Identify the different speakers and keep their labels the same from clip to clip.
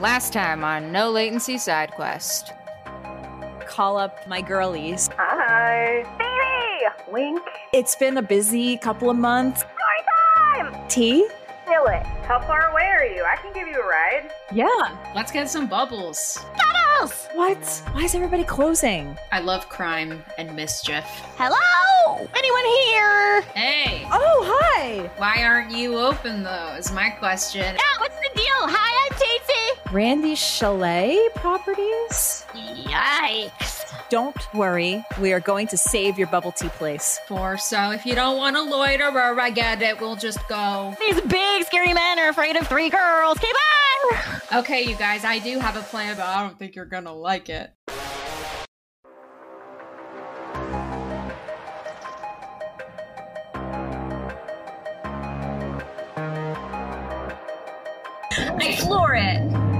Speaker 1: Last time on No Latency Side Quest.
Speaker 2: call up my girlies.
Speaker 3: Hi. Phoebe! Wink.
Speaker 2: It's been a busy couple of months.
Speaker 3: Story time!
Speaker 2: Tea?
Speaker 3: Kill it. How far away are you? I can give you a ride.
Speaker 2: Yeah.
Speaker 4: Let's get some bubbles.
Speaker 2: What? Why is everybody closing?
Speaker 4: I love crime and mischief.
Speaker 5: Hello? Anyone here?
Speaker 4: Hey,
Speaker 2: Oh, hi.
Speaker 4: why aren't you open though? Is my question.
Speaker 5: Yeah, what's the deal? Hi, I'm Daisy.
Speaker 2: Randy Chalet Properties?
Speaker 5: Yikes.
Speaker 2: Don't worry. We are going to save your bubble tea place.
Speaker 4: For so if you don't want to loiterer, I get it. We'll just go.
Speaker 5: These big, scary men are afraid of three girls. Keep on!
Speaker 4: Okay, you guys, I do have a plan, but I don't think you're gonna like it. I floor it.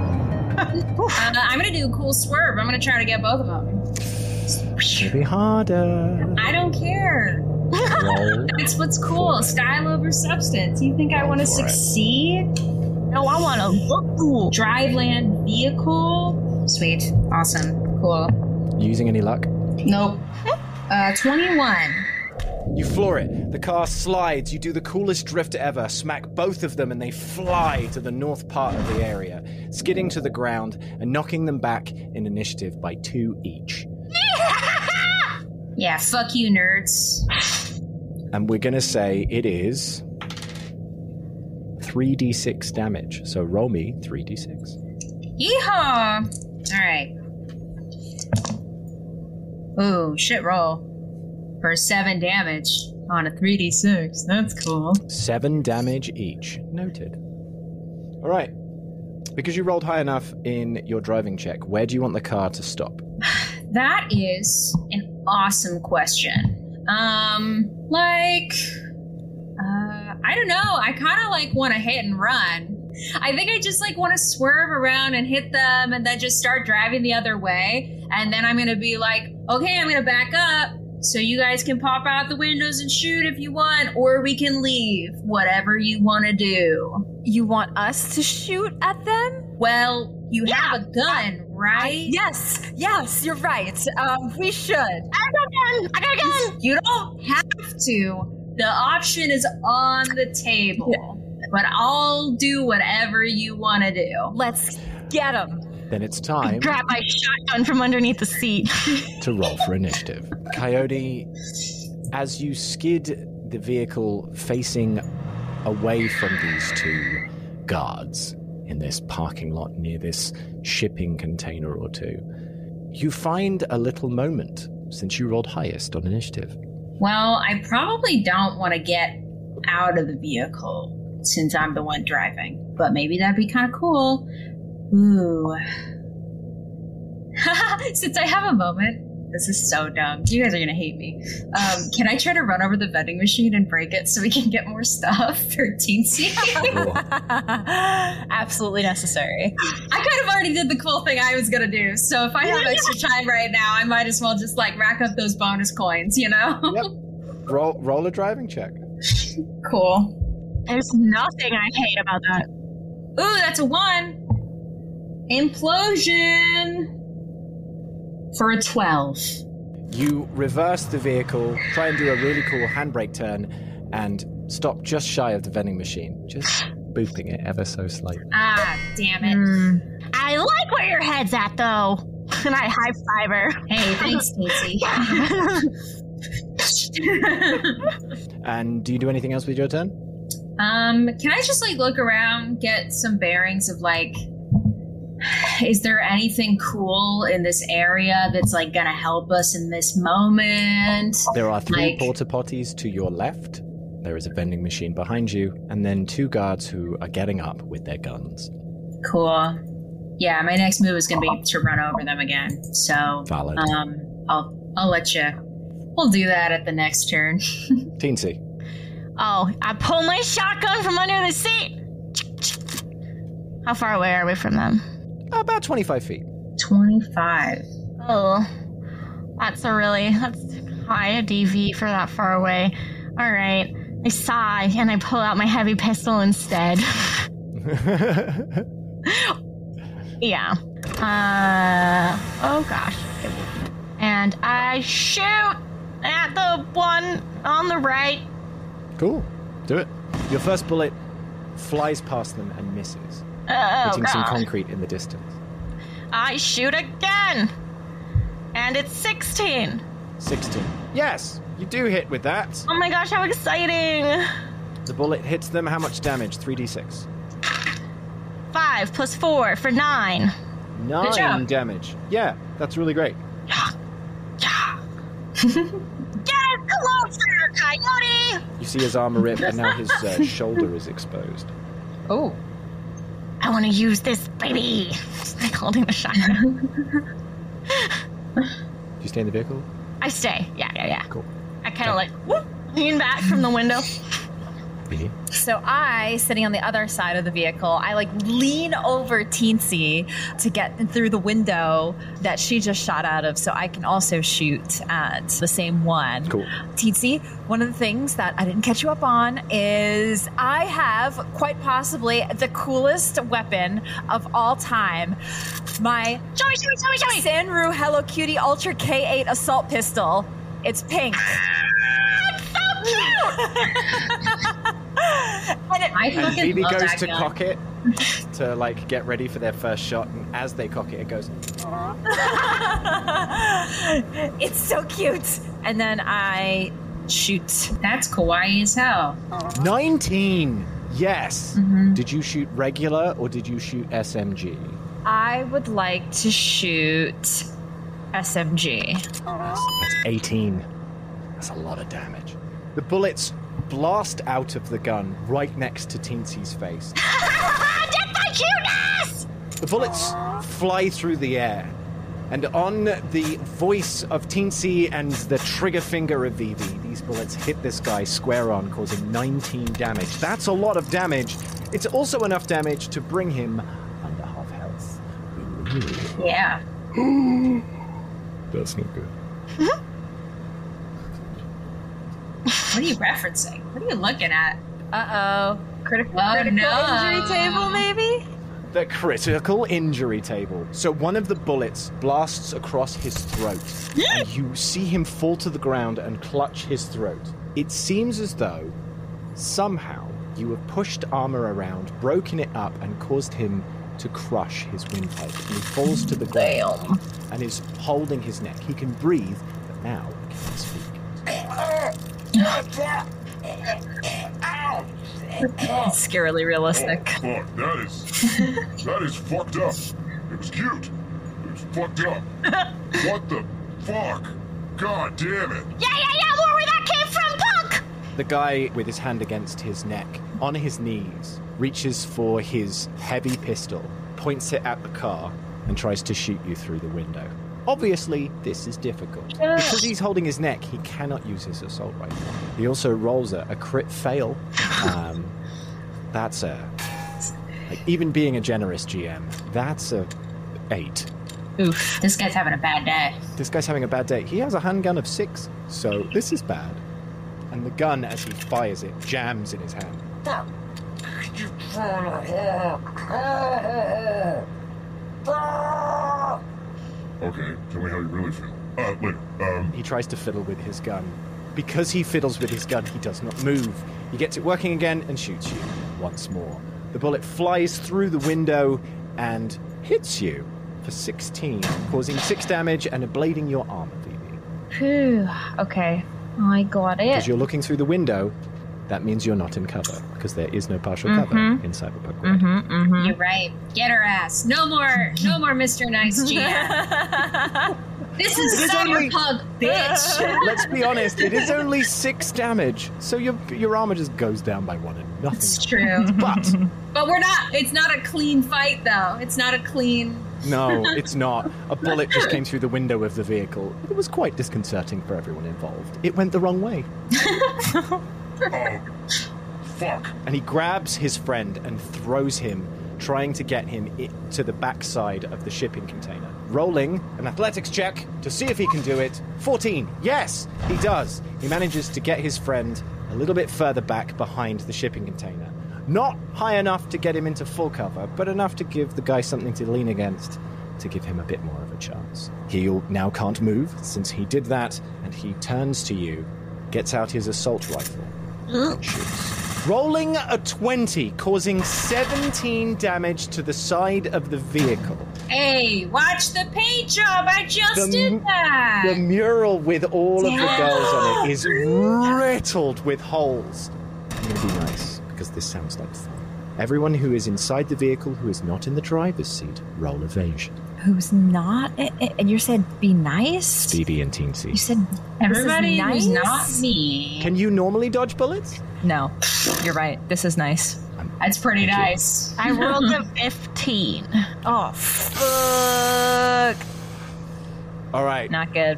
Speaker 4: Uh, I'm gonna do a cool swerve. I'm gonna try to get both of them.
Speaker 6: Maybe harder.
Speaker 4: I don't care.
Speaker 6: Roll.
Speaker 4: That's what's cool. Style over substance. You think I want to
Speaker 6: For it.
Speaker 4: succeed?
Speaker 5: No, I want to look cool.
Speaker 4: Drive land vehicle. Sweet. Awesome. Cool.
Speaker 6: Using any luck?
Speaker 4: Nope. Uh, 21.
Speaker 6: You floor it. The car slides. You do the coolest drift ever. Smack both of them, and they fly to the north part of the area, skidding to the ground and knocking them back in initiative by two each.
Speaker 4: Yeah, fuck you, nerds.
Speaker 6: And we're going to say it is 3d6 damage. So roll me 3d6.
Speaker 4: Yeehaw! All right. Ooh, shit roll for seven damage on a 3d6. That's cool.
Speaker 6: Seven damage each. Noted. All right. Because you rolled high enough in your driving check, where do you want the car to stop?
Speaker 4: That is an awesome question. Um, like, uh, I don't know. I kind of like want to hit and run. I think I just like want to swerve around and hit them and then just start driving the other way. And then I'm going to be like, okay, I'm going to back up so you guys can pop out the windows and shoot if you want, or we can leave, whatever you want to do.
Speaker 2: You want us to shoot at them?
Speaker 4: Well, you have a gun, right?
Speaker 2: Yes. Yes, you're right. Um, we should.
Speaker 5: I got a gun. I got a gun.
Speaker 4: You don't have to. The option is on the table. But I'll do whatever you want to do.
Speaker 2: Let's get them.
Speaker 6: Then it's time
Speaker 5: Grab my shotgun from underneath the seat.
Speaker 6: to roll for initiative. Coyote, as you skid the vehicle facing away from these two guards in this parking lot near this shipping container or two, you find a little moment since you rolled highest on initiative.
Speaker 4: Well, I probably don't want to get out of the vehicle since I'm the one driving, but maybe that'd be kind of cool. Ooh. since I have a moment, this is so dumb. You guys are going to hate me. Um, can I try to run over the vending machine and break it so we can get more stuff? 13 C.
Speaker 2: Absolutely necessary.
Speaker 4: I kind of already did the cool thing I was gonna do, so if I have extra time right now, I might as well just like rack up those bonus coins, you know?
Speaker 6: yep. Roll, roll a driving check.
Speaker 4: Cool.
Speaker 5: There's nothing I hate about that.
Speaker 4: Ooh, that's a one. Implosion for a twelve.
Speaker 6: You reverse the vehicle, try and do a really cool handbrake turn, and stop just shy of the vending machine, just booping it ever so slightly.
Speaker 4: Ah, damn it.
Speaker 5: I like where your head's at, though. And I high fiber.
Speaker 4: Hey, thanks, Stacy.
Speaker 6: And do you do anything else with your turn?
Speaker 4: um, can I just like look around, get some bearings of like is there anything cool in this area that's like gonna help us in this moment?
Speaker 6: There are three
Speaker 4: Like-
Speaker 6: porta potties to your left. There is a vending machine behind you, and then two guards who are getting up with their guns.
Speaker 4: Cool. Yeah, my next move is gonna be to run over them again. So
Speaker 6: Valid.
Speaker 4: um I'll I'll let you we'll do that at the next turn.
Speaker 6: Teensy,
Speaker 5: Oh, I pull my shotgun from under the seat. How far away are we from them?
Speaker 6: about 25 feet.
Speaker 4: Twenty five.
Speaker 5: Oh, that's a really that's high a DV for that far away. All right, I sigh and I pull out my heavy pistol instead. Yeah. Uh, oh gosh. And I shoot at the one on the right.
Speaker 6: Cool. Do it. Your first bullet flies past them and misses,
Speaker 5: Oh,
Speaker 6: hitting some
Speaker 5: gosh.
Speaker 6: concrete in the distance.
Speaker 5: I shoot again. And it's 16.
Speaker 6: 16. Yes, you do hit with that.
Speaker 5: Oh my gosh, how exciting.
Speaker 6: The bullet hits them. How much damage? 3d6.
Speaker 5: 5 plus 4 for 9.
Speaker 6: Nine
Speaker 7: job.
Speaker 6: damage. Yeah, that's really great.
Speaker 5: Yeah. Get it closer, coyote.
Speaker 6: You see his armor rip, and now his uh, shoulder is exposed.
Speaker 1: Oh,
Speaker 5: I want to use this baby. Like holding the shotgun.
Speaker 6: Do you stay in the vehicle?
Speaker 5: I stay. Yeah, yeah, yeah.
Speaker 6: Cool.
Speaker 5: I kind of like whoop, lean back from the window.
Speaker 6: Vinny?
Speaker 4: So I, sitting on the other side of the vehicle, I like lean over Teensy to get through the window that she just shot out of, so I can also shoot at the same one.
Speaker 6: Cool.
Speaker 4: Teensy, one of the things that I didn't catch you up on is I have quite possibly the coolest weapon of all time. My
Speaker 5: Show me, show me, show me, show me.
Speaker 4: Sanru Hello Cutie Ultra K8 assault pistol. It's pink. and it
Speaker 7: I
Speaker 6: And
Speaker 7: fucking
Speaker 6: Phoebe
Speaker 7: love
Speaker 6: goes
Speaker 7: that
Speaker 6: to
Speaker 7: gun.
Speaker 6: cock it to like get ready for their first shot, and as they cock it, it goes.
Speaker 4: it's so cute. And then I shoot.
Speaker 7: That's kawaii as hell.
Speaker 6: 19! Yes! Did you shoot regular or did you shoot SMG?
Speaker 4: I would like to shoot SMG.
Speaker 6: That's, that's 18. That's a lot of damage. The bullets blast out of the gun right next to Teensy's face.
Speaker 5: Death by cuteness.
Speaker 6: The bullets fly through the air. And on the voice of Teensy and the trigger finger of Vivi, these bullets hit this guy square on, causing 19 damage. That's a lot of damage. It's also enough damage to bring him under half health.
Speaker 7: Yeah.
Speaker 6: That's not good.
Speaker 7: What are you referencing? What are you looking at?
Speaker 4: Uh oh. Critical,
Speaker 7: Oh,
Speaker 4: critical
Speaker 7: no.
Speaker 4: injury table, maybe?
Speaker 6: The critical injury table. So one of the bullets blasts across his throat. and you see him fall to the ground and clutch his throat. It seems as though somehow you have pushed armor around, broken it up, and caused him to crush his windpipe. And he falls to the ground and is holding his neck. He can breathe, but now he can't speak.
Speaker 4: Scarily realistic.
Speaker 8: Fuck, that is. that is fucked up. It was cute. It was fucked up. what the fuck? God damn it.
Speaker 5: Yeah, yeah, yeah. Where were that came from, punk?
Speaker 6: The guy with his hand against his neck, on his knees, reaches for his heavy pistol, points it at the car, and tries to shoot you through the window. Obviously, this is difficult. Because he's holding his neck, he cannot use his assault rifle. He also rolls a, a crit fail. Um, that's a. Like, even being a generous GM, that's a eight.
Speaker 7: Oof. This guy's having a bad day.
Speaker 6: This guy's having a bad day. He has a handgun of six, so this is bad. And the gun, as he fires it, jams in his hand.
Speaker 8: Okay, tell me how you really feel. Uh, later. Um,
Speaker 6: He tries to fiddle with his gun. Because he fiddles with his gun, he does not move. He gets it working again and shoots you once more. The bullet flies through the window and hits you for 16, causing 6 damage and ablating your armor, Vivi.
Speaker 5: Phew. Okay, I got
Speaker 6: Because
Speaker 5: it.
Speaker 6: you're looking through the window, that means you're not in cover, because there is no partial
Speaker 5: Mm-hmm.
Speaker 6: cover in Cyberpunk Red.
Speaker 7: You're right. Get her ass. No more. No more, Mr. Nice GM. this is
Speaker 6: It is only-
Speaker 7: cyberpunk, bitch.
Speaker 6: Let's be honest, it is only 6 damage, so your, your armor just goes down by 1 and nothing.
Speaker 7: It's true.
Speaker 6: But
Speaker 7: But we're not. It's not a clean fight, though. It's not a clean.
Speaker 6: No, it's not. A bullet just came through the window of the vehicle. It was quite disconcerting for everyone involved. It went the wrong way.
Speaker 8: oh, fuck.
Speaker 6: And he grabs his friend and throws him, trying to get him i- to the backside of the shipping container. Rolling an athletics check to see if he can do it. 14. Yes, he does. He manages to get his friend a little bit further back behind the shipping container. Not high enough to get him into full cover, but enough to give the guy something to lean against to give him a bit more of a chance. He al- now can't move since he did that, and he turns to you, gets out his assault rifle, and shoots. Rolling a 20, causing 17 damage to the side of the vehicle.
Speaker 7: Hey, watch the paint job. I just
Speaker 6: The
Speaker 7: did
Speaker 6: m-
Speaker 7: that.
Speaker 6: The mural with all of the
Speaker 7: Damn.
Speaker 6: girls on it is riddled with holes. I'm going to be nice because this sounds like fun. Everyone who is inside the vehicle who is not in the driver's seat, roll evasion.
Speaker 4: Who's not? i- i- And you said be nice?
Speaker 6: Stevie and Teensy.
Speaker 4: You said this is
Speaker 7: Everybody who's not
Speaker 4: nice?
Speaker 7: me.
Speaker 6: Can you normally dodge bullets?
Speaker 4: No, you're right. This is nice.
Speaker 7: That's pretty
Speaker 6: Thank you.
Speaker 7: nice.
Speaker 5: I rolled a 15.
Speaker 4: Oh, fuck.
Speaker 6: All right.
Speaker 4: Not good.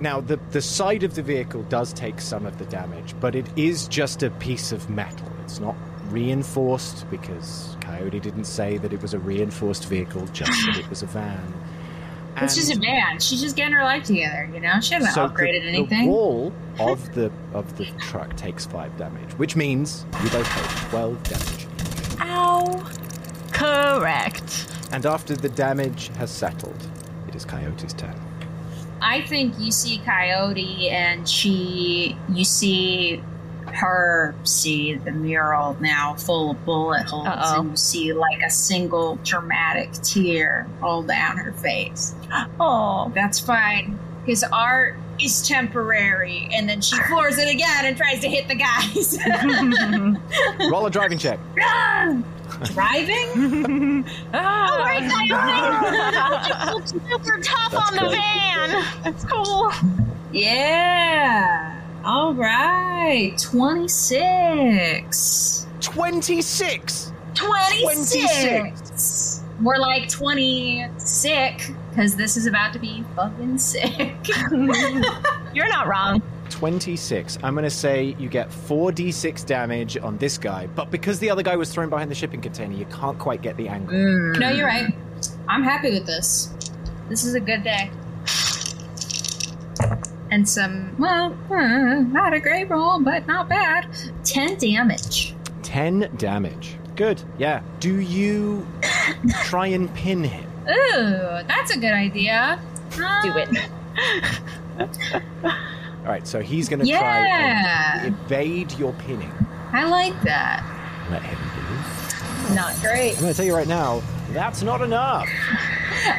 Speaker 6: Now, the, the side of the vehicle does take some of the damage, but it is just a piece of metal. It's not reinforced because Coyote didn't say that it was a reinforced vehicle, just that it was a van.
Speaker 7: It's just a
Speaker 6: And
Speaker 7: man. She's just getting her life together, you know? She hasn't
Speaker 6: so the-
Speaker 7: upgraded
Speaker 6: The
Speaker 7: anything.
Speaker 6: wall of the of the truck takes five damage, which means you both take twelve damage.
Speaker 4: Ow.
Speaker 5: Correct.
Speaker 6: And after the damage has settled, it is Coyote's turn.
Speaker 7: I think you see Coyote and she, you see her see the mural now full of bullet holes
Speaker 4: Uh-oh.
Speaker 7: and you see like a single dramatic tear roll down her face.
Speaker 5: Oh,
Speaker 7: That's fine. His art is temporary. And then she floors it again and tries to hit the guys.
Speaker 6: Roll a driving check.
Speaker 7: Driving?
Speaker 5: oh wait,
Speaker 4: Ah.
Speaker 5: it's super tough
Speaker 6: That's
Speaker 5: on the
Speaker 6: good.
Speaker 5: van. That's cool.
Speaker 7: Yeah. All right. 26.
Speaker 6: Twenty six.
Speaker 7: 26. More like 20 sick because this is about to be fucking sick.
Speaker 5: You're not wrong.
Speaker 6: 26. I'm going to say you get 4d6 damage on this guy, but because the other guy was thrown behind the shipping container, you can't quite get the angle.
Speaker 7: no, you're right. I'm happy with this. This is a good day. And some, well, uh, not a great roll, but not bad. 10 damage.
Speaker 6: 10 damage. Good. Yeah. Do you try and pin him?
Speaker 7: Ooh, that's a good idea. Uh,
Speaker 4: Do it.
Speaker 6: All right, so he's going to try and
Speaker 7: Yeah.
Speaker 6: evade your pinning.
Speaker 7: I like that.
Speaker 6: Let him do.
Speaker 4: Not great.
Speaker 6: I'm going to tell you right now, that's not enough.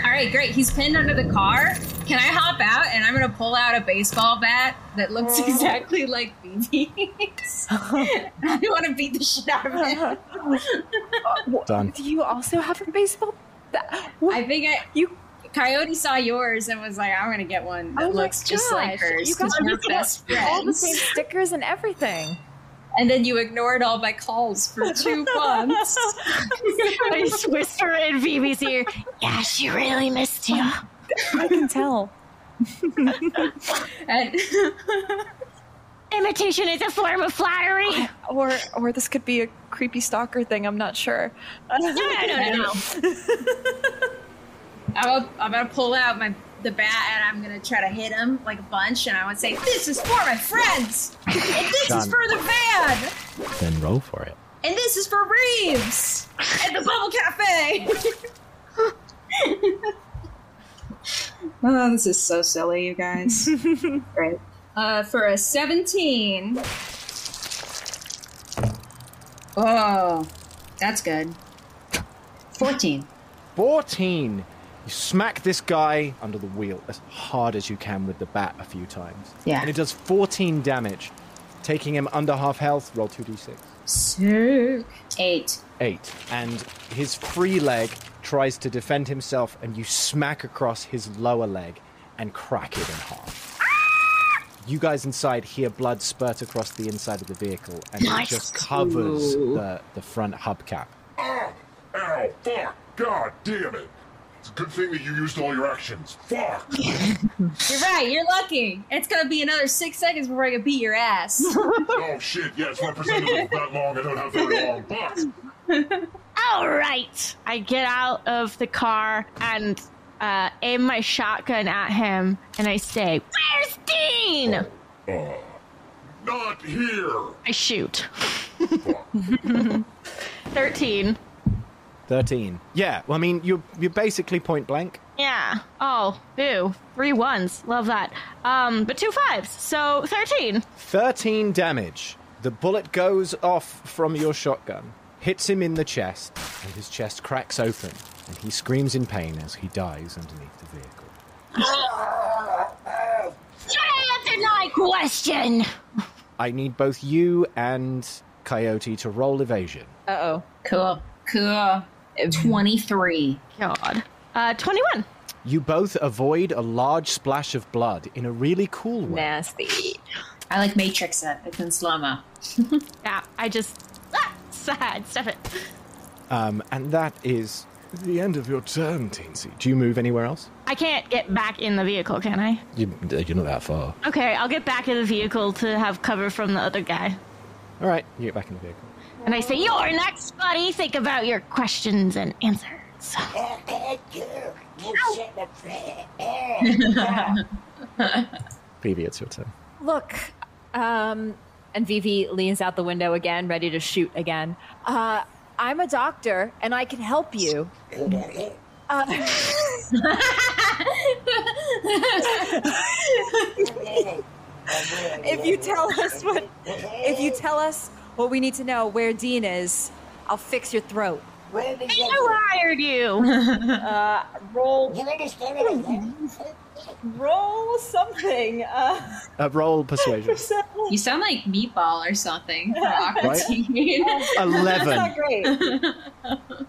Speaker 7: All right, great. He's pinned under the car. Can I hop out and I'm going to pull out a baseball bat that looks exactly like BB's? I want to beat the shit out of him.
Speaker 6: Done.
Speaker 9: Do you also have a baseball oh bat? What?
Speaker 7: I think I
Speaker 9: You-
Speaker 7: Coyote saw yours and was like, I'm going to get one that
Speaker 9: Oh my
Speaker 7: looks just like
Speaker 9: gosh,
Speaker 7: hers.
Speaker 9: you
Speaker 7: 'cause
Speaker 9: guys
Speaker 7: we're
Speaker 9: look at
Speaker 7: best
Speaker 9: all the
Speaker 7: friends.
Speaker 9: same stickers and everything.
Speaker 7: And then you ignored all my calls for two months.
Speaker 5: I just whisper in Phoebe's ear. Yeah, she really missed you.
Speaker 9: I can tell.
Speaker 7: and
Speaker 5: Imitation is a form of flattery.
Speaker 9: Or or this could be a creepy stalker thing, I'm not sure.
Speaker 5: No, no, no, no, no.
Speaker 7: I'm, I'm gonna pull out my the bat and I'm gonna try to hit him like a bunch, and I would say, "This is for my friends, and this is
Speaker 6: Done.
Speaker 7: for the van,
Speaker 6: Then roll for it.
Speaker 7: and this is for Reeves at the Bubble Cafe." oh, this is so silly, you guys. right. Uh, for a 17. Oh, that's good. 14.
Speaker 6: 14. You smack this guy under the wheel as hard as you can with the bat a few times.
Speaker 7: Yeah.
Speaker 6: And it does 14 damage, taking him under half health. Roll 2d6.
Speaker 7: Sick. Eight.
Speaker 6: 8. And his free leg tries to defend himself, and you smack across his lower leg and crack it in half. You guys inside hear blood spurt across the inside of the vehicle, and it just covers the, the front hubcap.
Speaker 8: Ah! Ow! Fuck! God damn it! It's a good thing that you used all your actions. Fuck!
Speaker 7: You're right. You're lucky. It's gonna be another six seconds before I can beat your ass.
Speaker 8: oh shit, yes, representative that long. I don't have very long. Fuck!
Speaker 5: All right. I get out of the car and uh, aim my shotgun at him, and I say, "Where's Dean?"
Speaker 8: Not here!
Speaker 5: I shoot.
Speaker 8: Fuck.
Speaker 5: 13.
Speaker 6: 13. Yeah, well, I mean, you're, you're basically point blank.
Speaker 5: Yeah. Oh, boo. Three ones. Love that. Um, but two fives. So 13.
Speaker 6: 13 damage. The bullet goes off from your shotgun, hits him in the chest, and his chest cracks open, and he screams in pain as he dies underneath the vehicle.
Speaker 5: My question.
Speaker 6: I need both you and Coyote to roll evasion.
Speaker 4: Uh oh.
Speaker 7: Cool. Cool. 23.
Speaker 5: God. Uh, 21.
Speaker 6: You both avoid a large splash of blood in a really cool way.
Speaker 4: Nasty.
Speaker 7: I like Matrix it. It's in slow mo.
Speaker 5: Yeah, I just. Ah, sad. Step it.
Speaker 6: Um, and that is the end of your turn, Teensy. Do you move anywhere else?
Speaker 5: I can't get back in the vehicle, can I?
Speaker 6: You, you're not that far.
Speaker 5: Okay, I'll get back in the vehicle to have cover from the other guy.
Speaker 6: All right, you get back in the vehicle.
Speaker 5: And I say, You're next, buddy. Think about your questions and answers.
Speaker 6: Peavy, it's your turn.
Speaker 2: Look. Um, and Vivi leans out the window again, ready to shoot again. Uh, I'm a doctor and I can help you. Uh, If you tell us what if you tell us what we need to know where Dean is, I'll fix your throat.
Speaker 5: Who hired you?
Speaker 2: Roll something. Uh,
Speaker 6: Uh, roll persuasion.
Speaker 7: You sound like Meatball or something. for Aquatine.
Speaker 6: 11.
Speaker 9: great.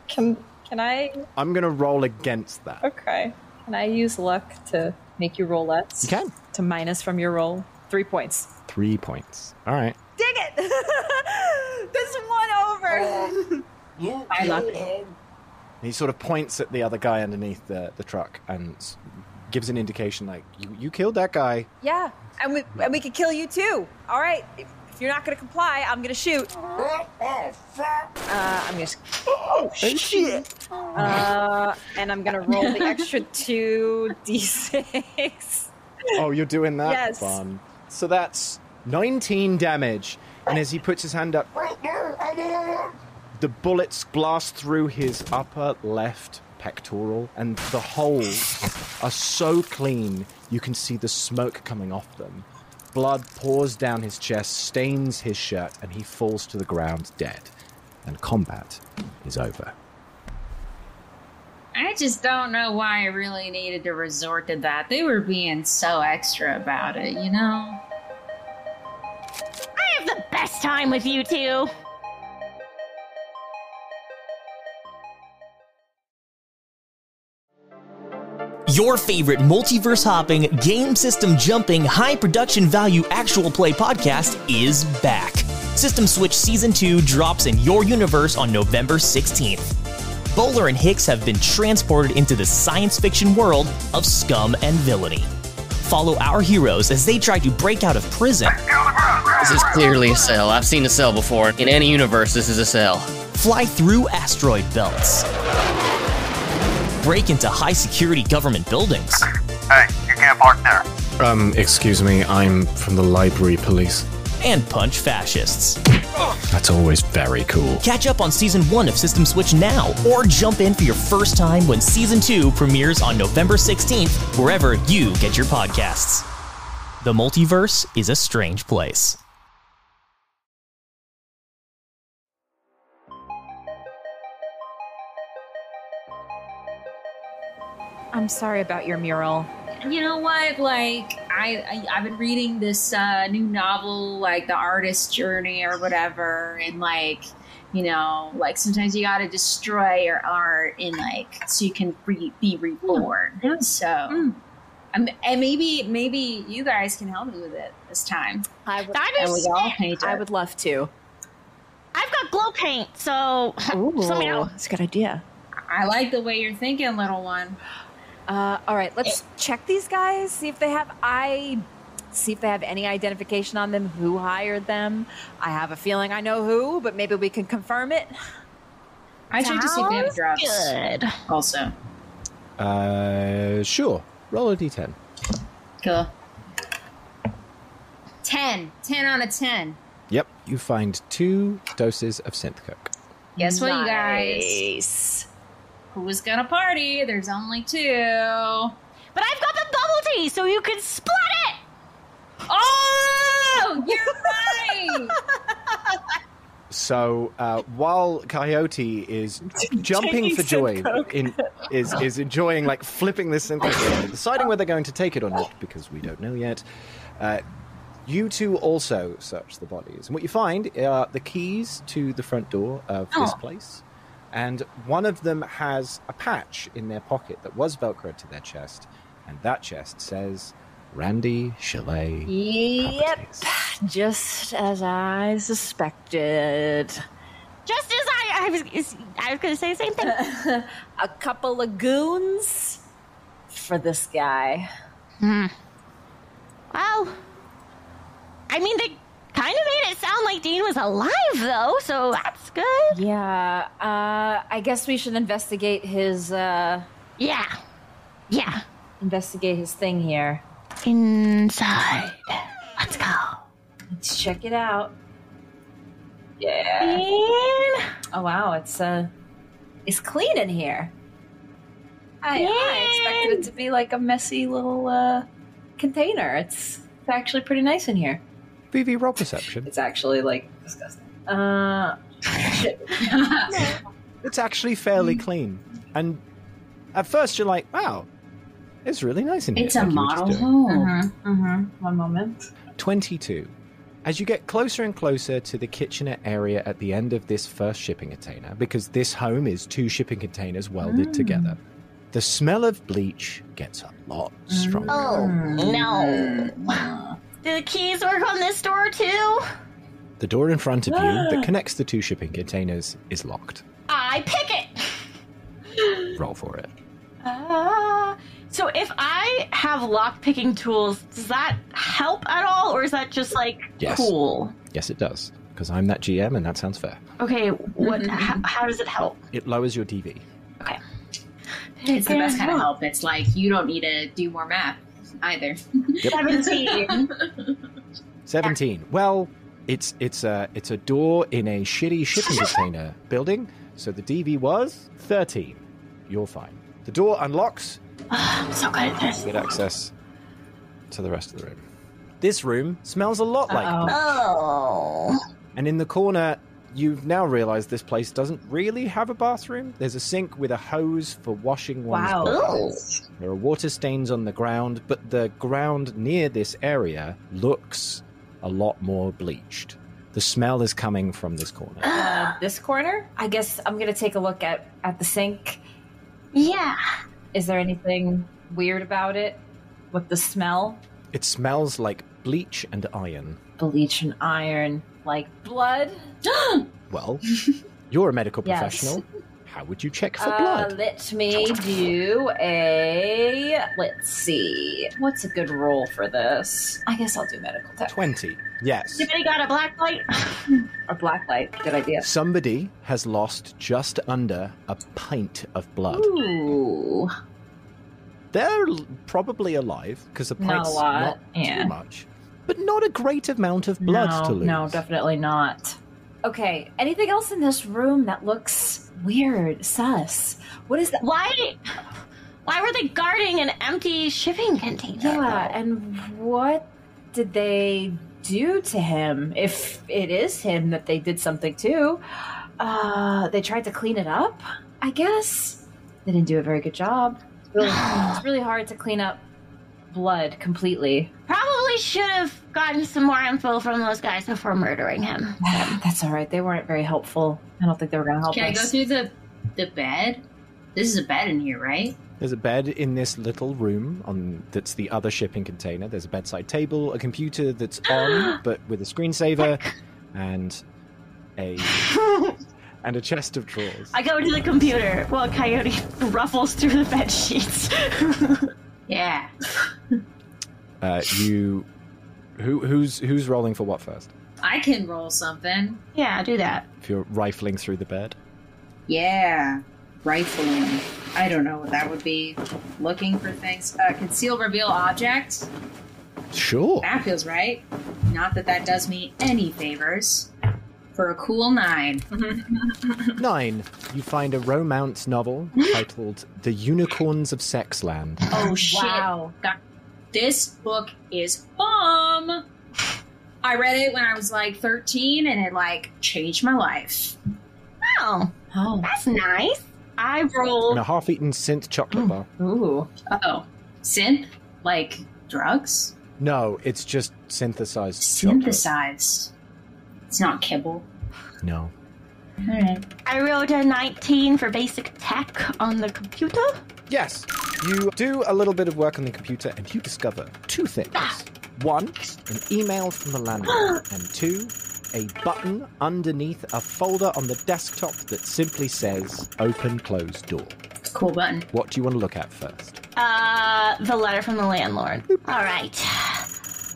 Speaker 9: can can I?
Speaker 6: I'm going to roll against that.
Speaker 9: Okay. Can I use luck to make you roll less?
Speaker 6: You can.
Speaker 9: To minus from your roll three points.
Speaker 6: Three points. All right.
Speaker 2: dig it. this one over.
Speaker 7: I love it.
Speaker 6: He sort of points at the other guy underneath the, the truck and s- gives an indication like, you, you killed that guy.
Speaker 2: Yeah, and we and we could kill you too. All right, if, if you're not gonna comply, I'm gonna shoot. Uh, I'm
Speaker 6: Oh,
Speaker 2: gonna. oh,
Speaker 9: Uh, and I'm gonna roll the extra two d6.
Speaker 6: Oh, you're doing that?
Speaker 9: Yes.
Speaker 6: Fun. So that's 19 damage. And as he puts his hand up, the bullets blast through his upper left pectoral, and the holes are so clean you can see the smoke coming off them. Blood pours down his chest, stains his shirt, and he falls to the ground dead. And combat is over.
Speaker 7: I just don't know why I really needed to resort to that. They were being so extra about it, you know?
Speaker 5: I have the best time with you two.
Speaker 10: Your favorite multiverse hopping, game system jumping, high production value actual play podcast is back. System Switch Season 2 drops in your universe on November 16th. Bowler and Hicks have been transported into the science fiction world of scum and villainy. Follow our heroes as they try to break out of prison,
Speaker 11: This is clearly a cell. I've seen a cell before. In any universe, this is a cell.
Speaker 10: fly through asteroid belts, break into high security government buildings.
Speaker 8: Hey, you can't park there.
Speaker 6: Um, excuse me, I'm from the library police.
Speaker 10: and punch fascists.
Speaker 6: That's always very cool.
Speaker 10: Catch up on season one of System Switch now, or jump in for your first time when season two premieres on November 16th, wherever you get your podcasts. The multiverse is a strange place.
Speaker 2: I'm sorry about your mural.
Speaker 7: You know what? Like, I, I I've been reading this uh, new novel, like The Artist's Journey or whatever, and like, you know, like sometimes you gotta destroy your art and like so you can re- be reborn. So, um, and maybe maybe you guys can help me with it this time.
Speaker 2: I would.
Speaker 5: That
Speaker 7: And we
Speaker 5: is
Speaker 7: all
Speaker 5: sick.
Speaker 7: paint
Speaker 2: I
Speaker 7: it.
Speaker 2: would love to.
Speaker 5: I've got glow paint, so somebody else.
Speaker 2: that's a good idea.
Speaker 7: I like the way you're thinking, little one.
Speaker 2: Uh, all right, let's check these guys. See if they have I. See if they have any identification on them. Who hired them? I have a feeling I know who, but maybe we can confirm it.
Speaker 7: I tried to see if they have
Speaker 5: Sounds
Speaker 7: drugs.
Speaker 5: good.
Speaker 7: Also,
Speaker 6: Uh, sure. Roll a d10.
Speaker 7: Cool. 10. 10 out of 10.
Speaker 6: Yep, you find two doses of synth coke.
Speaker 7: Guess what, you guys? Who's gonna party? There's only two.
Speaker 5: But I've got the bubble tea, so you can split it.
Speaker 7: Oh, you're right.
Speaker 6: So uh, while Coyote is jumping
Speaker 12: Taking
Speaker 6: for joy,
Speaker 12: synth coke.
Speaker 6: in, is is enjoying like flipping this synth coke, and deciding whether they're going to take it or not because we don't know yet. Uh, you two also search the bodies, and what you find are the keys to the front door of this
Speaker 12: Oh.
Speaker 6: place, and one of them has a patch in their pocket that was velcroed to their chest, and that chest says "Randy Chalet."
Speaker 2: Yep, just as I suspected.
Speaker 5: Just as I, I was, is, I was going to say the same thing.
Speaker 2: a couple of goons for this guy.
Speaker 5: Hmm. Well, I mean, they kind of made it sound like Dean was alive, though, so that's good.
Speaker 2: Yeah, uh, I guess we should investigate his. Uh,
Speaker 5: yeah, yeah.
Speaker 2: Investigate his thing here.
Speaker 5: Inside. Let's go.
Speaker 2: Let's check it out.
Speaker 5: Yeah.
Speaker 2: Oh wow, it's uh, it's clean in here. I, I expected it to be like a messy little uh, container. It's, it's actually pretty nice in here.
Speaker 6: BV roll perception.
Speaker 2: It's actually like disgusting. Uh,
Speaker 6: it's actually
Speaker 2: Mm.
Speaker 6: fairly clean. And at first you're like, wow, it's really nice in here.
Speaker 2: It's a
Speaker 6: like you were just
Speaker 2: model
Speaker 6: doing.
Speaker 2: home. Uh-huh, One moment.
Speaker 6: 22. As you get closer and closer to the kitchenette area at the end of this first shipping container, because this home is two shipping containers welded
Speaker 5: Mm.
Speaker 6: together, the smell of bleach gets a lot
Speaker 2: Mm.
Speaker 6: stronger.
Speaker 5: Oh, no. Do the keys work on this door, too?
Speaker 6: The door in front of you that connects the two shipping containers is locked.
Speaker 5: I pick it.
Speaker 6: Roll for it.
Speaker 5: Uh, so if I have lock picking tools, does that help at all, or is that just like
Speaker 6: Yes.
Speaker 5: cool?
Speaker 6: Yes, it does. Because I'm that GM and that sounds fair.
Speaker 5: Okay, what? How, how does it help?
Speaker 6: It lowers your DV.
Speaker 7: It's the best kind of help. It's like you don't need to do more math either.
Speaker 6: Yep.
Speaker 5: 17.
Speaker 6: 17. Well, it's it's a it's a door in a shitty shipping container building. So the DV was 13. You're fine. The door unlocks.
Speaker 5: I'm so good at this.
Speaker 6: You get access to the rest of the room. This room smells a lot like bleach.
Speaker 5: Oh.
Speaker 6: And in the corner, you've now realized this place doesn't really have a bathroom. There's a sink with a hose for washing one's
Speaker 5: Wow.
Speaker 6: body. There are water stains on the ground, but the ground near this area looks a lot more bleached. The smell is coming from this corner.
Speaker 2: Uh, this corner? I guess I'm gonna take a look at at the sink.
Speaker 5: Yeah.
Speaker 2: Is there anything weird about it? With the smell?
Speaker 6: It smells like bleach and iron.
Speaker 2: Bleach and iron, like blood.
Speaker 6: Well, you're a medical
Speaker 2: Yes.
Speaker 6: professional. How would you check for
Speaker 2: Uh,
Speaker 6: blood?
Speaker 2: let me do a. Let's see. What's a good roll for this? I guess I'll do medical tech.
Speaker 6: 20. Yes.
Speaker 5: Somebody got a black light.
Speaker 2: A black light. Good idea.
Speaker 6: Somebody has lost just under a pint of blood.
Speaker 2: Ooh.
Speaker 6: They're l- probably alive because a
Speaker 2: Not
Speaker 6: pint's
Speaker 2: a lot, yeah.
Speaker 6: too much, but not a great amount of blood
Speaker 2: no,
Speaker 6: to lose.
Speaker 2: No, definitely not. Okay. Anything else in this room that looks weird, sus? What is that?
Speaker 5: Why? Why were they guarding an empty shipping container?
Speaker 2: Yeah, and what did they do to him? If it is him that they did something to, uh, they tried to clean it up. I guess they didn't do a very good job. It's really, it's really hard to clean up blood completely.
Speaker 5: Probably should have gotten some more info from those guys before murdering him.
Speaker 2: That's all right. They weren't very helpful. I don't think they were going to help
Speaker 7: Can I
Speaker 2: us.
Speaker 7: go through the the bed? This is a bed in here, right?
Speaker 6: There's a bed in this little room on that's the other shipping container. There's a bedside table, a computer that's on but with a screensaver, and a and a chest of drawers.
Speaker 5: I go to the computer while Coyote ruffles through the bed sheets.
Speaker 7: yeah.
Speaker 6: Uh, you, who who's who's rolling for what first?
Speaker 7: I can roll something.
Speaker 5: Yeah, do that.
Speaker 6: If you're rifling through the bed,
Speaker 7: Yeah. Rifling. I don't know what that would be. Looking for things. Uh, conceal, reveal object.
Speaker 6: Sure.
Speaker 7: That feels right. Not that that does me any favors. For a cool nine.
Speaker 6: Nine. You find a romance novel titled "The Unicorns of Sexland."
Speaker 7: oh shit! God, this book is bomb. I read it when I was like 13, and it like changed my life.
Speaker 5: Oh,
Speaker 7: oh,
Speaker 5: that's nice. I
Speaker 6: And
Speaker 5: rolled.
Speaker 6: a half-eaten synth chocolate bar.
Speaker 2: Ooh.
Speaker 7: Uh oh. Synth? Like drugs?
Speaker 6: No, it's just synthesized.
Speaker 7: Synthesized. It's not kibble.
Speaker 6: chocolate. No.
Speaker 7: Alright.
Speaker 5: I rolled a 19 for basic tech on the computer.
Speaker 6: Yes, you do a little bit of work on the computer and you discover two things. One, an email from the landlord, and two, a button underneath a folder on the desktop that simply says open close door.
Speaker 7: Cool button.
Speaker 6: What do you want to look at first?
Speaker 5: Uh, the letter from the landlord. All right.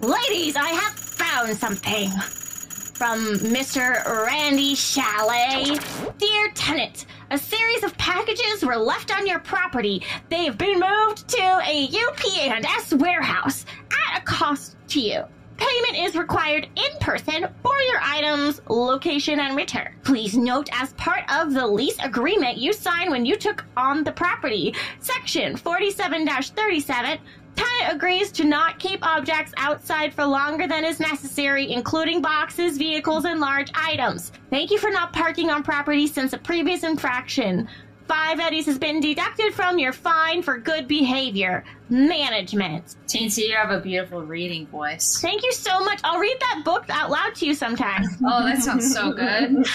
Speaker 5: Ladies, I have found something from Mr. Randy Chalet. Dear tenant, a series of packages were left on your property. They have been moved to a UP&S warehouse at a cost to you. Payment is required in person for your items, location, and return. Please note as part of the lease agreement you signed when you took on the property, section 47 37, tenant agrees to not keep objects outside for longer than is necessary, including boxes, vehicles, and large items. Thank you for not parking on property since a previous infraction. Five eddies has been deducted from your fine for good behavior. Management.
Speaker 7: Teensy, you have a beautiful reading voice.
Speaker 5: Thank you so much. I'll read that book out loud to you sometime.
Speaker 7: Oh, that sounds so good.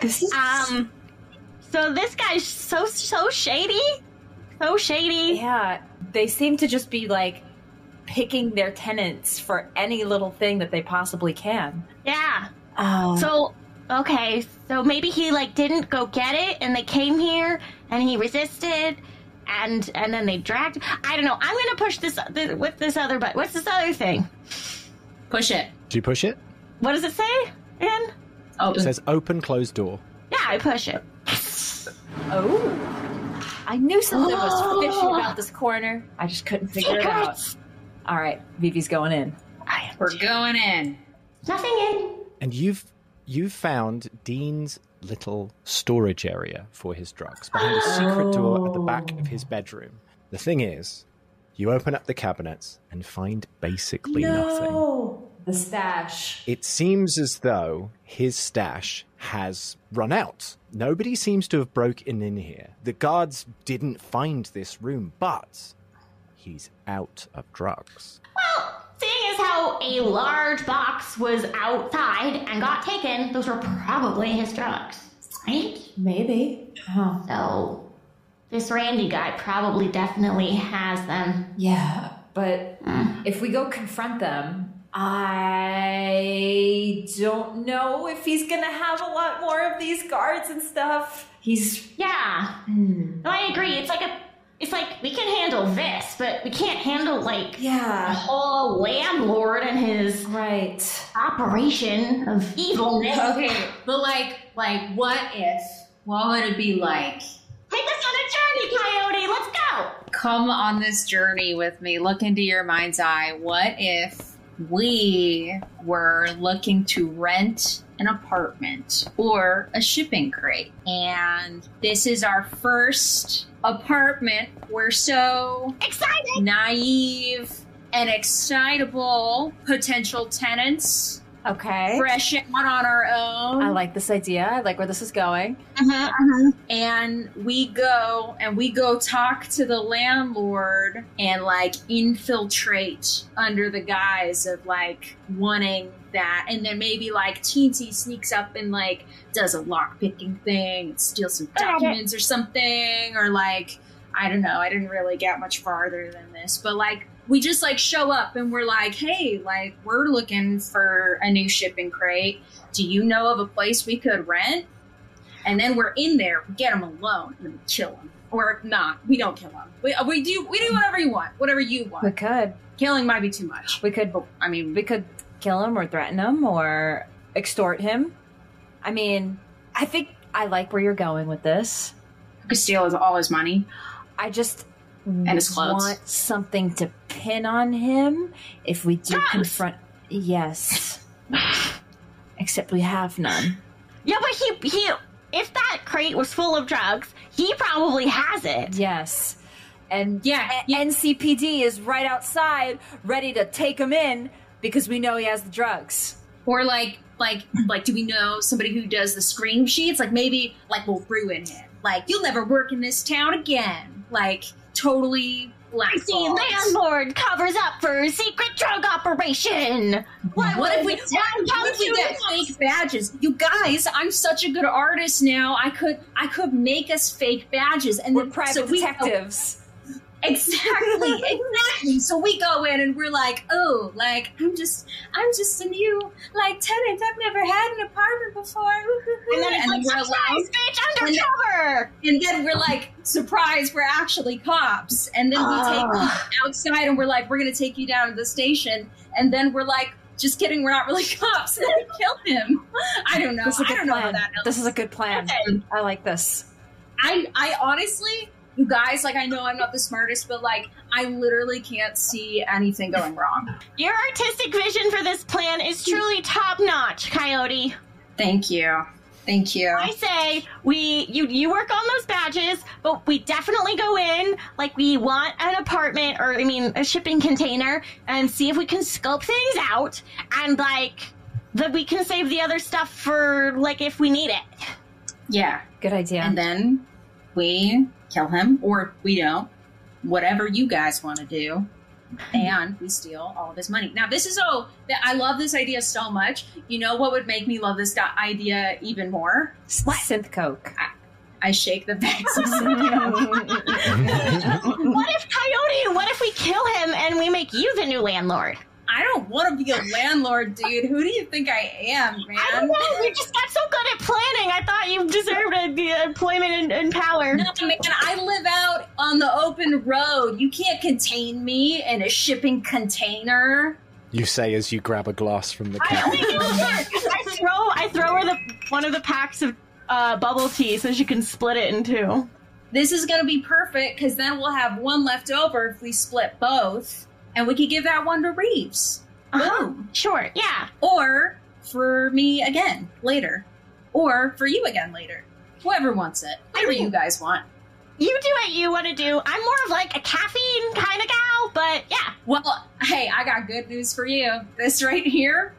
Speaker 5: This is um. So this guy's so so shady, so shady.
Speaker 2: Yeah, they seem to just be like picking their tenants for any little thing that they possibly can.
Speaker 5: Yeah.
Speaker 2: Oh.
Speaker 5: So okay, so maybe he like didn't go get it, and they came here, and he resisted, and and then they dragged. I don't know. I'm gonna push this, this with this other but What's this other thing?
Speaker 7: Push it.
Speaker 6: Do you push it?
Speaker 5: What does it say again?
Speaker 6: It says open close door.
Speaker 5: Yeah, I push it.
Speaker 2: Oh. I knew something was fishy about this corner. I just couldn't figure it out. All right, Vivi's going in.
Speaker 7: We're going in.
Speaker 5: Nothing in.
Speaker 6: And you've you've found Dean's little storage area for his drugs behind a secret door at the back of his bedroom. The thing is, you open up the cabinets and find basically nothing.
Speaker 2: the stash.
Speaker 6: It seems as though his stash has run out. Nobody seems to have broken in here. The guards didn't find this room, but he's out of drugs.
Speaker 5: Well, seeing as how a large box was outside and got taken, those were probably his drugs, right?
Speaker 2: Maybe. Oh.
Speaker 5: So, this Randy guy probably definitely has them. Hmm.
Speaker 2: Yeah, but if we go confront them, I don't know if he's gonna have a lot more of these guards and stuff. He's
Speaker 5: Yeah.
Speaker 2: Hmm.
Speaker 5: No, I agree. It's like a. It's like we can handle this, but we can't handle like
Speaker 2: Yeah.
Speaker 5: the whole landlord and his
Speaker 2: right.
Speaker 5: operation of evilness.
Speaker 7: Okay, but like, like, what if? What would it be like?
Speaker 5: Take us on a journey, Coyote. Let's go.
Speaker 7: Come on this journey with me. Look into your mind's eye. What if we were looking to rent an apartment or a shipping crate? And this is our first apartment. We're so
Speaker 5: Excited.
Speaker 7: naive and excitable potential tenants.
Speaker 2: Okay.
Speaker 7: Fresh out on our own. Mm-hmm,
Speaker 2: I like this idea. I like where this is going.
Speaker 7: and we go and we go talk to the landlord and like infiltrate under the guise of like wanting that and then maybe like teensy sneaks up and like does a lock picking thing and steals some documents or something or like i don't know i didn't really get much farther than this but like we just like show up and we're like hey like we're looking for a new shipping crate do you know of a place we could rent and then we're in there, we get him alone, and then we kill him. Or not, we don't kill him. We, uh, we do we do whatever you want, whatever you
Speaker 2: We
Speaker 7: want.
Speaker 2: could.
Speaker 7: Killing might be too much.
Speaker 2: We could
Speaker 7: I mean,
Speaker 2: we could kill him or threaten him or extort him. I mean, I think I like where you're going with this.
Speaker 7: we could steal his, all his money.
Speaker 2: I just
Speaker 7: his clothes.
Speaker 2: want something to pin on him if we do confront. Yes. Except we have none.
Speaker 5: Yeah, but he he if that crate was full of drugs, he probably has it.
Speaker 2: Yes. And
Speaker 7: yeah,
Speaker 2: NCPD is right outside, ready to take him in because we know he has the drugs.
Speaker 7: Or like like like do we know somebody who does the scream sheets? Like maybe like we'll ruin him. Like you'll never work in this town again. Like totally black.
Speaker 5: The landlord covers up for secret drug operation.
Speaker 7: What, if
Speaker 5: would
Speaker 7: we
Speaker 5: the
Speaker 7: what,
Speaker 5: town
Speaker 7: if we
Speaker 5: council
Speaker 7: get fake badges? You guys, I'm such a good artist now. I could I could make us fake badges and
Speaker 2: We're
Speaker 7: then,
Speaker 2: private
Speaker 7: so we-
Speaker 2: detectives.
Speaker 7: Exactly, exactly. So we go in and we're like, oh, like I'm just, I'm just a new like tenant. I've never had an apartment before.
Speaker 5: And then it's like, "Surprise, bitch, undercover!"
Speaker 7: And, then we're like, surprise, we're actually cops. And then we take
Speaker 5: Ugh.
Speaker 7: you outside and we're like, we're gonna take you down to the station. And then we're like, just kidding, we're not really cops. And then we kill him. I don't know.
Speaker 2: This is a
Speaker 7: I
Speaker 2: good
Speaker 7: don't know how
Speaker 2: plan.
Speaker 7: that.
Speaker 2: This is a good plan. I like this.
Speaker 7: I I honestly, you guys, like I know I'm not the smartest, but like I literally can't see anything going wrong.
Speaker 5: Your artistic vision for this plan is truly top notch, Coyote.
Speaker 7: Thank you. Thank you.
Speaker 5: I say we you you work on those badges, but we definitely go in like we want an apartment or I mean a shipping container and see if we can scope things out and like that we can save the other stuff for like if we need it.
Speaker 7: Yeah.
Speaker 2: Good idea.
Speaker 7: And then we kill him, or we don't. Whatever you guys want to do. And we steal all of his money. Now, this is oh, th- I love this idea so much. You know what would make me love this do- idea even more?
Speaker 2: Synth Coke.
Speaker 7: I shake the bags of some- Mm.
Speaker 5: what if Coyote? What if we kill him and we make you the new landlord?
Speaker 7: I don't want to be a landlord, dude. Who do you think I am, man?
Speaker 5: I don't know. You just got so good at planning. I thought you deserved uh, a, the employment and, and power.
Speaker 7: No, man, I live out on the open road. You can't contain me in a shipping container.
Speaker 6: You say as you grab a glass from the
Speaker 5: I only
Speaker 6: cap.
Speaker 5: do it. I throw I throw her the one of the packs of uh, bubble tea so she can split it in two.
Speaker 7: This is going to be perfect because then we'll have one left over if we split both, and we could give that one to Reeves.
Speaker 5: Uh-huh.
Speaker 7: Boom.
Speaker 5: Sure. Yeah.
Speaker 7: Or for me again later. Or for you again later. Whoever wants it. Whatever you guys want.
Speaker 5: You do what you want to do. I'm more of like a caffeine kind of gal, but yeah.
Speaker 7: Well, hey, I got good news for you. This right here,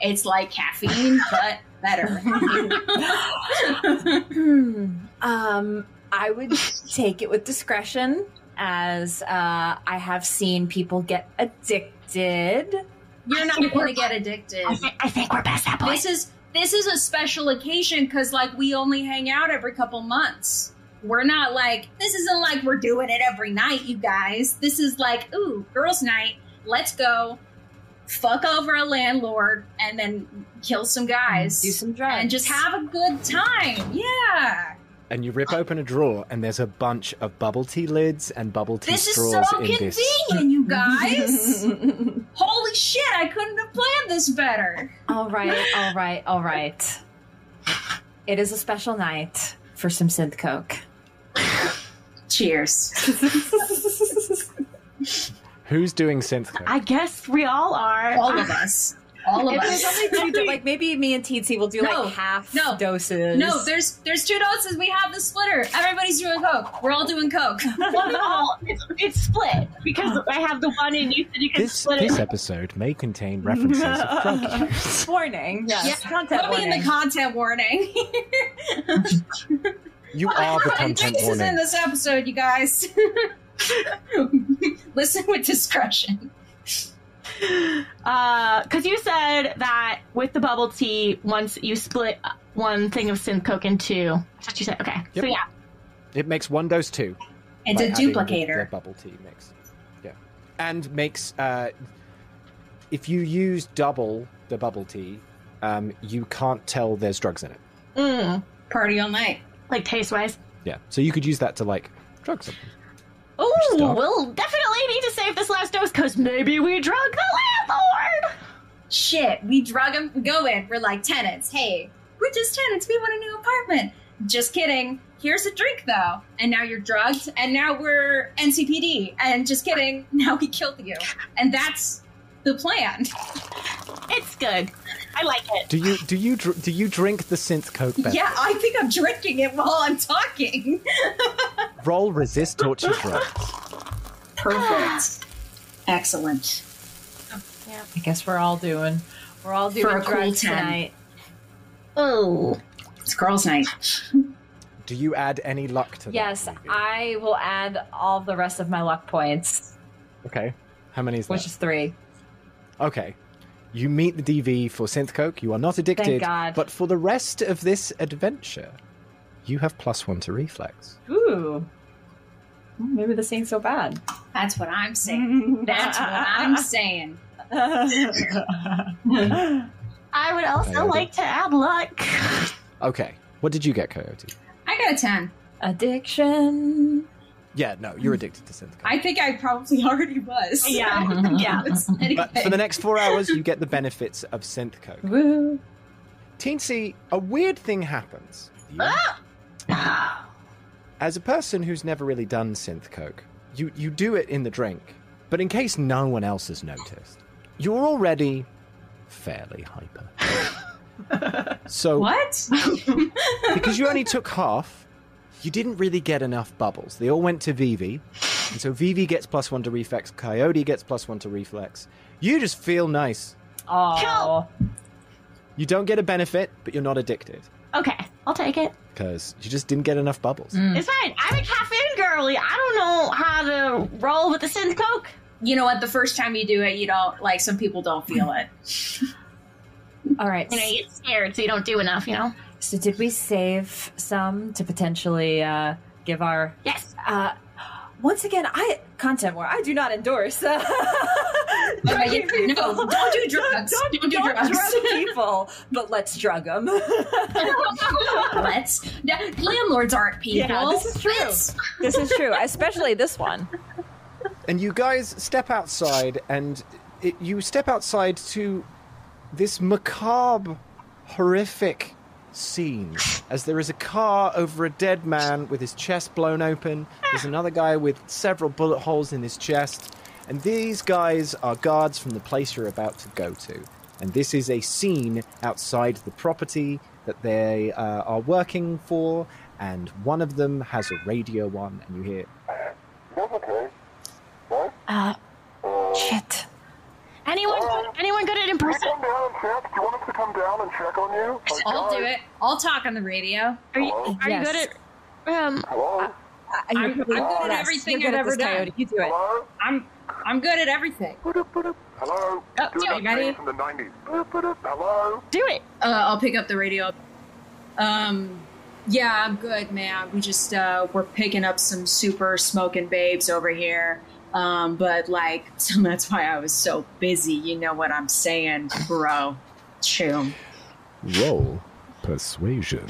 Speaker 7: it's like caffeine, but better.
Speaker 2: Hmm. um, I would take it with discretion, as uh, I have seen people get addicted.
Speaker 7: You're not going to get addicted.
Speaker 5: I, thi- I think we're past that point.
Speaker 7: This is this is a special occasion because like we only hang out every couple months. We're not like this isn't like we're doing it every night, you guys. This is like ooh, girls' night. Let's go fuck over a landlord and then kill some guys,
Speaker 2: Do some drugs
Speaker 7: and just have a good time. Yeah,
Speaker 6: And you rip open a drawer, and there's a bunch of bubble tea lids and bubble tea
Speaker 7: this is so
Speaker 6: straws in
Speaker 7: convenient,
Speaker 6: this.
Speaker 7: you guys. Holy shit, I couldn't have planned this better.
Speaker 2: all right, all right, all right. It is a special night for some synth coke.
Speaker 7: Cheers.
Speaker 6: Who's doing synth code?
Speaker 5: I guess we all are.
Speaker 7: All of us. All of
Speaker 2: If
Speaker 7: us.
Speaker 2: there's only two, like maybe me and TT will do
Speaker 7: No,
Speaker 2: like half
Speaker 7: no,
Speaker 2: doses.
Speaker 7: No, there's there's two doses. We have the splitter. Everybody's doing coke. We're all doing coke.
Speaker 5: Well, no, it's, it's split because I have the one and you said you can
Speaker 6: This
Speaker 5: split
Speaker 6: this
Speaker 5: it.
Speaker 6: episode may contain references of drug use.
Speaker 2: warning. Yes,
Speaker 7: Yeah,
Speaker 2: content
Speaker 7: Put me in
Speaker 2: warning.
Speaker 7: the content warning.
Speaker 6: You are the content
Speaker 7: this is in
Speaker 6: warning.
Speaker 7: this episode, you guys. Listen with discretion.
Speaker 5: Because Uh, you said that with the bubble tea, once you split one thing of synth coke in two. That's what you said. Okay. So
Speaker 6: Yep.
Speaker 5: yeah.
Speaker 6: It makes one dose two.
Speaker 7: It's
Speaker 6: by
Speaker 7: a
Speaker 6: adding the- The,
Speaker 7: duplicator.
Speaker 6: bubble tea mix. Yeah. And makes uh, if you use double the bubble tea, um, you can't tell there's drugs in it.
Speaker 5: Mm,
Speaker 7: Party all night.
Speaker 5: like taste wise.
Speaker 6: Yeah. So you could use that to like drug something.
Speaker 5: Oh,
Speaker 6: Stop.
Speaker 5: we'll definitely need to save this last dose because maybe we drug the landlord.
Speaker 7: Shit, we drug him. We go in. We're like tenants. Hey, we're just tenants. We want a new apartment. Just kidding. Here's a drink though. And now you're drugged and now we're NCPD. And just kidding. Now we killed you. And that's the plan.
Speaker 5: It's good. I like it.
Speaker 6: Do you do you dr- do you drink the synth coke? Beverage?
Speaker 7: Yeah, I think I'm drinking it while I'm talking.
Speaker 6: Roll resist torture roll.
Speaker 7: Perfect. Excellent.
Speaker 5: Yeah.
Speaker 4: I guess we're all doing. We're all doing
Speaker 7: For a cool
Speaker 4: drugs
Speaker 7: 10.
Speaker 4: tonight.
Speaker 5: Oh.
Speaker 7: It's girls' night.
Speaker 6: Do you add any luck to that?
Speaker 4: Yes, I will add all the rest of my luck points,
Speaker 6: Okay. How many is
Speaker 4: which
Speaker 6: that?
Speaker 4: is three.
Speaker 6: Okay. You meet the DV for synth coke. You are not addicted.
Speaker 4: God.
Speaker 6: But for the rest of this adventure, you have plus one to reflex.
Speaker 2: Ooh. Ooh, Maybe this ain't so bad.
Speaker 7: That's what I'm saying. That's what I'm saying.
Speaker 5: I would also
Speaker 6: Coyote.
Speaker 5: like to add luck.
Speaker 6: Okay. What did you get, Coyote?
Speaker 7: I got a 10.
Speaker 4: Addiction.
Speaker 6: Yeah, no, you're addicted to synth coke.
Speaker 7: I think I probably already was.
Speaker 5: Yeah, yeah.
Speaker 7: Anyway.
Speaker 6: But for the next four hours, you get the benefits of synth coke.
Speaker 4: Woo.
Speaker 6: Teensy, a weird thing happens. As a person who's never really done synth coke, you, you do it in the drink, but in case no one else has noticed, you're already fairly hyper. so
Speaker 7: What?
Speaker 6: because you only took half, you didn't really get enough bubbles. They all went to Vivi, and so Vivi gets plus one to reflex. Coyote gets plus one to reflex. You just feel nice.
Speaker 4: Oh.
Speaker 6: You don't get a benefit, but you're not addicted
Speaker 5: Okay, I'll take it.
Speaker 6: because you just didn't get enough bubbles.
Speaker 7: Mm.
Speaker 5: It's fine. I'm a caffeine girly. I don't know how to roll with the synth coke.
Speaker 7: you know what? The first time you do it, you don't, like, some people don't feel it.
Speaker 4: All right.
Speaker 5: You know, you get scared, so you don't do enough. You know.
Speaker 4: So did we save some to potentially uh, give our
Speaker 5: Yes.
Speaker 4: uh, once again I content war I do not endorse. Drugging
Speaker 7: No, you- no,
Speaker 4: people.
Speaker 7: don't do drugs.
Speaker 4: Don't,
Speaker 7: Don't do
Speaker 4: don't
Speaker 7: drugs.
Speaker 4: drug people, but let's drug them.
Speaker 7: Let's. Landlords aren't people.
Speaker 4: Yeah, this is true.
Speaker 7: Let's-
Speaker 2: This is true, especially this one.
Speaker 6: And you guys step outside, and it, you step outside to this macabre, horrific scene. As there is a car over a dead man with his chest blown open, there's another guy with several bullet holes in his chest, and these guys are guards from the place you're about to go to. And this is a scene outside the property that they uh, are working for, and one of them has a radio on, and you hear,
Speaker 4: Shit.
Speaker 5: Anyone? Anyone good at impressing?
Speaker 8: Come down and check. Do you want us to come down and check on you? Like,
Speaker 7: I'll
Speaker 8: guys,
Speaker 7: do it. I'll talk on the radio.
Speaker 5: Are you? Are
Speaker 4: Yes.
Speaker 5: you good at? Um.
Speaker 8: Hello?
Speaker 7: I'm, I'm good at
Speaker 4: Yes,
Speaker 7: everything
Speaker 4: you're good
Speaker 7: I've
Speaker 4: at
Speaker 7: ever
Speaker 4: this,
Speaker 7: done.
Speaker 4: Coyote. You do it.
Speaker 8: Hello?
Speaker 7: I'm I'm good at everything.
Speaker 8: Hello?
Speaker 7: Oh,
Speaker 8: Do
Speaker 7: yeah,
Speaker 8: that
Speaker 7: ready?
Speaker 8: thing from the 90s. Boop, boop, Hello?
Speaker 5: Do it.
Speaker 7: Uh, I'll pick up the radio. Um, yeah, I'm good, man. We just uh, we're picking up some super smoking babes over here. Um, but like, so that's why I was so busy. You know what I'm saying, bro? Choom.
Speaker 6: Roll persuasion.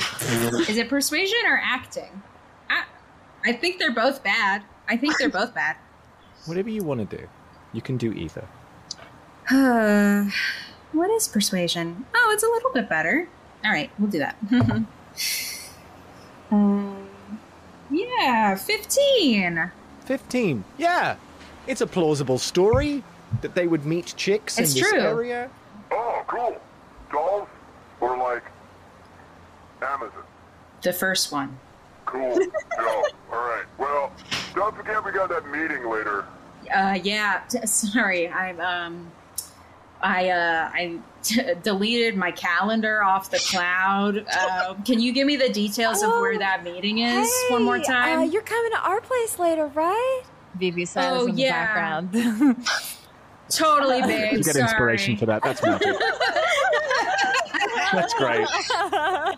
Speaker 7: Is it persuasion or acting? I, I think they're both bad. I think they're both bad.
Speaker 6: Whatever you want to do, you can do either.
Speaker 7: Uh, what is persuasion? Oh, it's a little bit better. All right, we'll do that. um, yeah, 15.
Speaker 6: 15. Yeah. It's a plausible story that they would meet chicks
Speaker 7: It's
Speaker 6: in this
Speaker 7: true.
Speaker 6: area.
Speaker 8: Oh, cool. Dolls or like Amazon?
Speaker 7: The first one.
Speaker 8: Cool. Yo, all right. Well, don't forget we got that meeting later.
Speaker 7: Uh, yeah, t- sorry. I'm, um, I, uh, I t- deleted my calendar off the cloud. Uh, can you give me the details of where
Speaker 2: Oh,
Speaker 7: that meeting is one more
Speaker 2: Hey,
Speaker 7: time?
Speaker 2: Uh, you're coming to our place later, right?
Speaker 4: Vivi says
Speaker 7: Oh,
Speaker 4: in the
Speaker 7: yeah.
Speaker 4: background.
Speaker 7: totally, babe.
Speaker 6: you get
Speaker 7: sorry.
Speaker 6: inspiration for that. That's magic. that's great.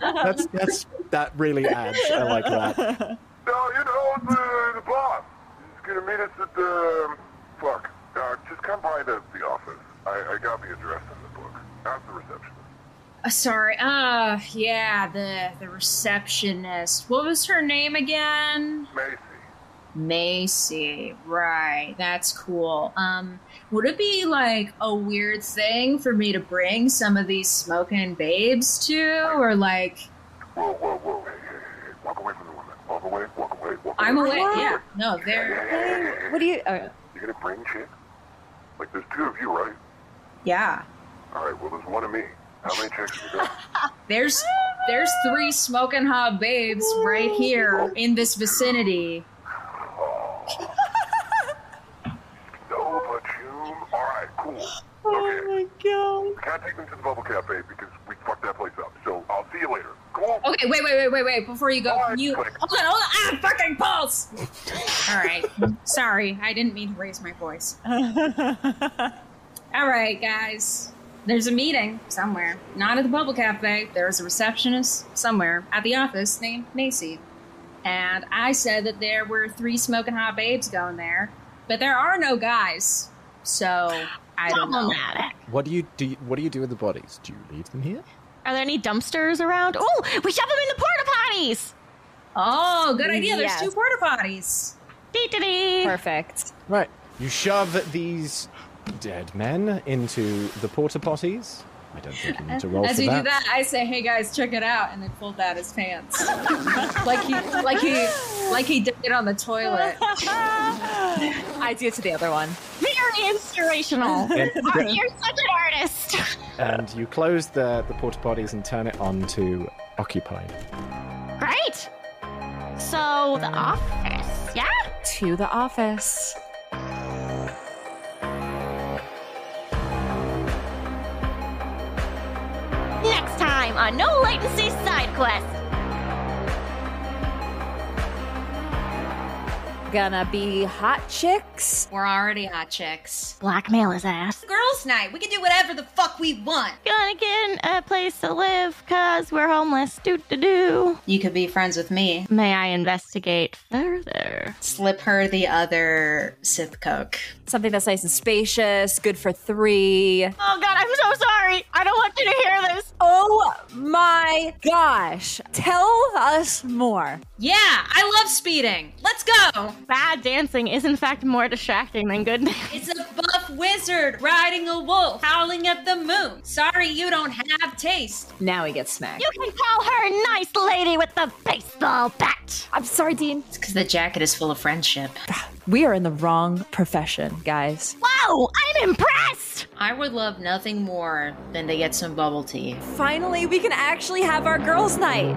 Speaker 6: That's that's that really adds. I like that.
Speaker 8: No, you know uh, the the boss. He's gonna meet us at the um, fuck. Uh, just come by the, the office. I, I got the address in the book. Ask the receptionist.
Speaker 7: Uh, sorry. Uh, yeah, the the receptionist. What was her name again?
Speaker 8: Macy.
Speaker 7: Macy. Right. That's cool. Um, would it be like a weird thing for me to bring some of these smoking babes to, or like?
Speaker 8: Whoa, whoa, whoa. Hey, hey, hey, hey.
Speaker 7: I'm away. Yeah. No, they're.
Speaker 4: What do you? Uh,
Speaker 8: You're gonna bring shit? Like, there's two of you, right?
Speaker 4: yeah.
Speaker 8: All right. Well, there's one of me. How many checks have you done?
Speaker 7: There's there's three smoking hot babes right here in this vicinity.
Speaker 8: No, but you. All right. Cool.
Speaker 4: Oh my
Speaker 8: We can't take them to the bubble cafe because we fucked that place up. So I'll see you later. Cool.
Speaker 7: Okay, wait, wait, wait, wait, wait. Before you go, can you hold on, hold on. Ah, fucking pulse. All right. Sorry, I didn't mean to raise my voice. All right, guys. There's a meeting somewhere. Not at the Bubble Cafe. There's a receptionist somewhere at the office named Macy. And I said that there were three smoking hot babes going there, but there are no guys. So I don't know.
Speaker 13: What do you do? you- what do you do with the bodies? Do you leave them here?
Speaker 3: Are there any dumpsters around? Oh, we shove them in the porta potties.
Speaker 7: Oh, good idea. There's two
Speaker 3: Yes.
Speaker 7: porta potties.
Speaker 4: Perfect.
Speaker 13: Right. You shove these dead men into the porta potties. I don't think you need to roll
Speaker 7: As
Speaker 13: Oh, for
Speaker 7: you
Speaker 13: that.
Speaker 7: do that, I say, "Hey guys, check it out," and then pulled out his pants, like he, like he, like he did it on the toilet.
Speaker 14: I do it to the other one.
Speaker 3: Very inspirational.
Speaker 13: And-
Speaker 3: Art, You're such an artist.
Speaker 13: And you close the, the porta potties and turn it on to occupied.
Speaker 3: Great. So the office, yeah.
Speaker 14: To the office.
Speaker 3: Next time on No Latency Side Quest.
Speaker 2: Gonna be hot chicks.
Speaker 7: We're already hot chicks.
Speaker 3: Blackmail his ass.
Speaker 7: Girls' night. We can do whatever the fuck we want.
Speaker 3: Gonna get a place to live because we're homeless. Doo doo doo.
Speaker 7: You could be friends with me.
Speaker 3: May I investigate further?
Speaker 7: Slip her the other sip coke.
Speaker 2: Something that's nice and spacious, good for three.
Speaker 3: Oh god, I'm so sorry. I don't want you to hear this.
Speaker 2: Oh my gosh. Tell us more.
Speaker 7: Yeah, I love speeding. Let's go.
Speaker 3: Bad dancing is in fact more distracting than good.
Speaker 7: It's a buff wizard riding a wolf, howling at the moon. Sorry, you don't have taste.
Speaker 2: Now he gets smacked.
Speaker 3: you can call her nice lady with the baseball bat.
Speaker 2: I'm sorry, Dean.
Speaker 7: It's because the jacket is full of friendship.
Speaker 2: We are in the wrong profession, guys.
Speaker 3: Whoa, I'm impressed.
Speaker 7: I would love nothing more than to get some bubble tea.
Speaker 2: Finally, we can actually have our girls' night.